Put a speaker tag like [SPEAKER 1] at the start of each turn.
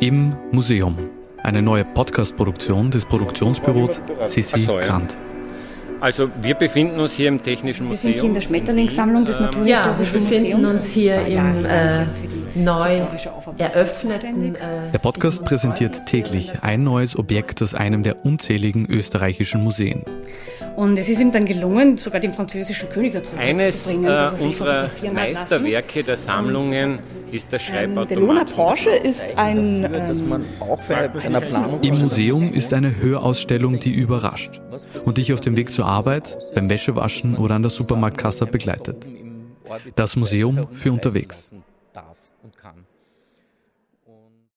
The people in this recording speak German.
[SPEAKER 1] Im Museum. Eine neue Podcast-Produktion des Produktionsbüros Sissi
[SPEAKER 2] Ach so, ja.
[SPEAKER 1] Grant.
[SPEAKER 2] Also wir befinden uns hier im Technischen
[SPEAKER 3] Wir
[SPEAKER 2] Museum.
[SPEAKER 3] sind hier in der Schmetterlingssammlung des
[SPEAKER 4] Ja, wir
[SPEAKER 3] Naturhistorischen
[SPEAKER 4] befinden
[SPEAKER 3] Museums.
[SPEAKER 4] uns hier
[SPEAKER 3] War ja
[SPEAKER 4] im äh,
[SPEAKER 3] hier für die
[SPEAKER 4] neu
[SPEAKER 3] historische Aufarbeitung
[SPEAKER 4] eröffneten.
[SPEAKER 3] zuständig.
[SPEAKER 4] Äh,
[SPEAKER 1] Der Podcast präsentiert täglich ein neues Objekt aus einem der unzähligen österreichischen Museen.
[SPEAKER 3] Und es ist ihm dann gelungen, sogar den französischen König dazu
[SPEAKER 2] Ähm, Eines
[SPEAKER 3] zu bringen, dass er
[SPEAKER 2] äh,
[SPEAKER 3] sich
[SPEAKER 2] unserer
[SPEAKER 3] fotografieren hat lassen.
[SPEAKER 2] Meisterwerke der Sammlungen ist der
[SPEAKER 5] Ähm,
[SPEAKER 2] Schreibautomat.
[SPEAKER 5] der Leonard Porsche ist ein ähm,
[SPEAKER 6] auch bei einer Planung.
[SPEAKER 1] Im Museum ist eine Hörausstellung, die überrascht und dich auf dem Weg zur Arbeit, beim Wäschewaschen oder an der Supermarktkasse begleitet. Das Museum für unterwegs.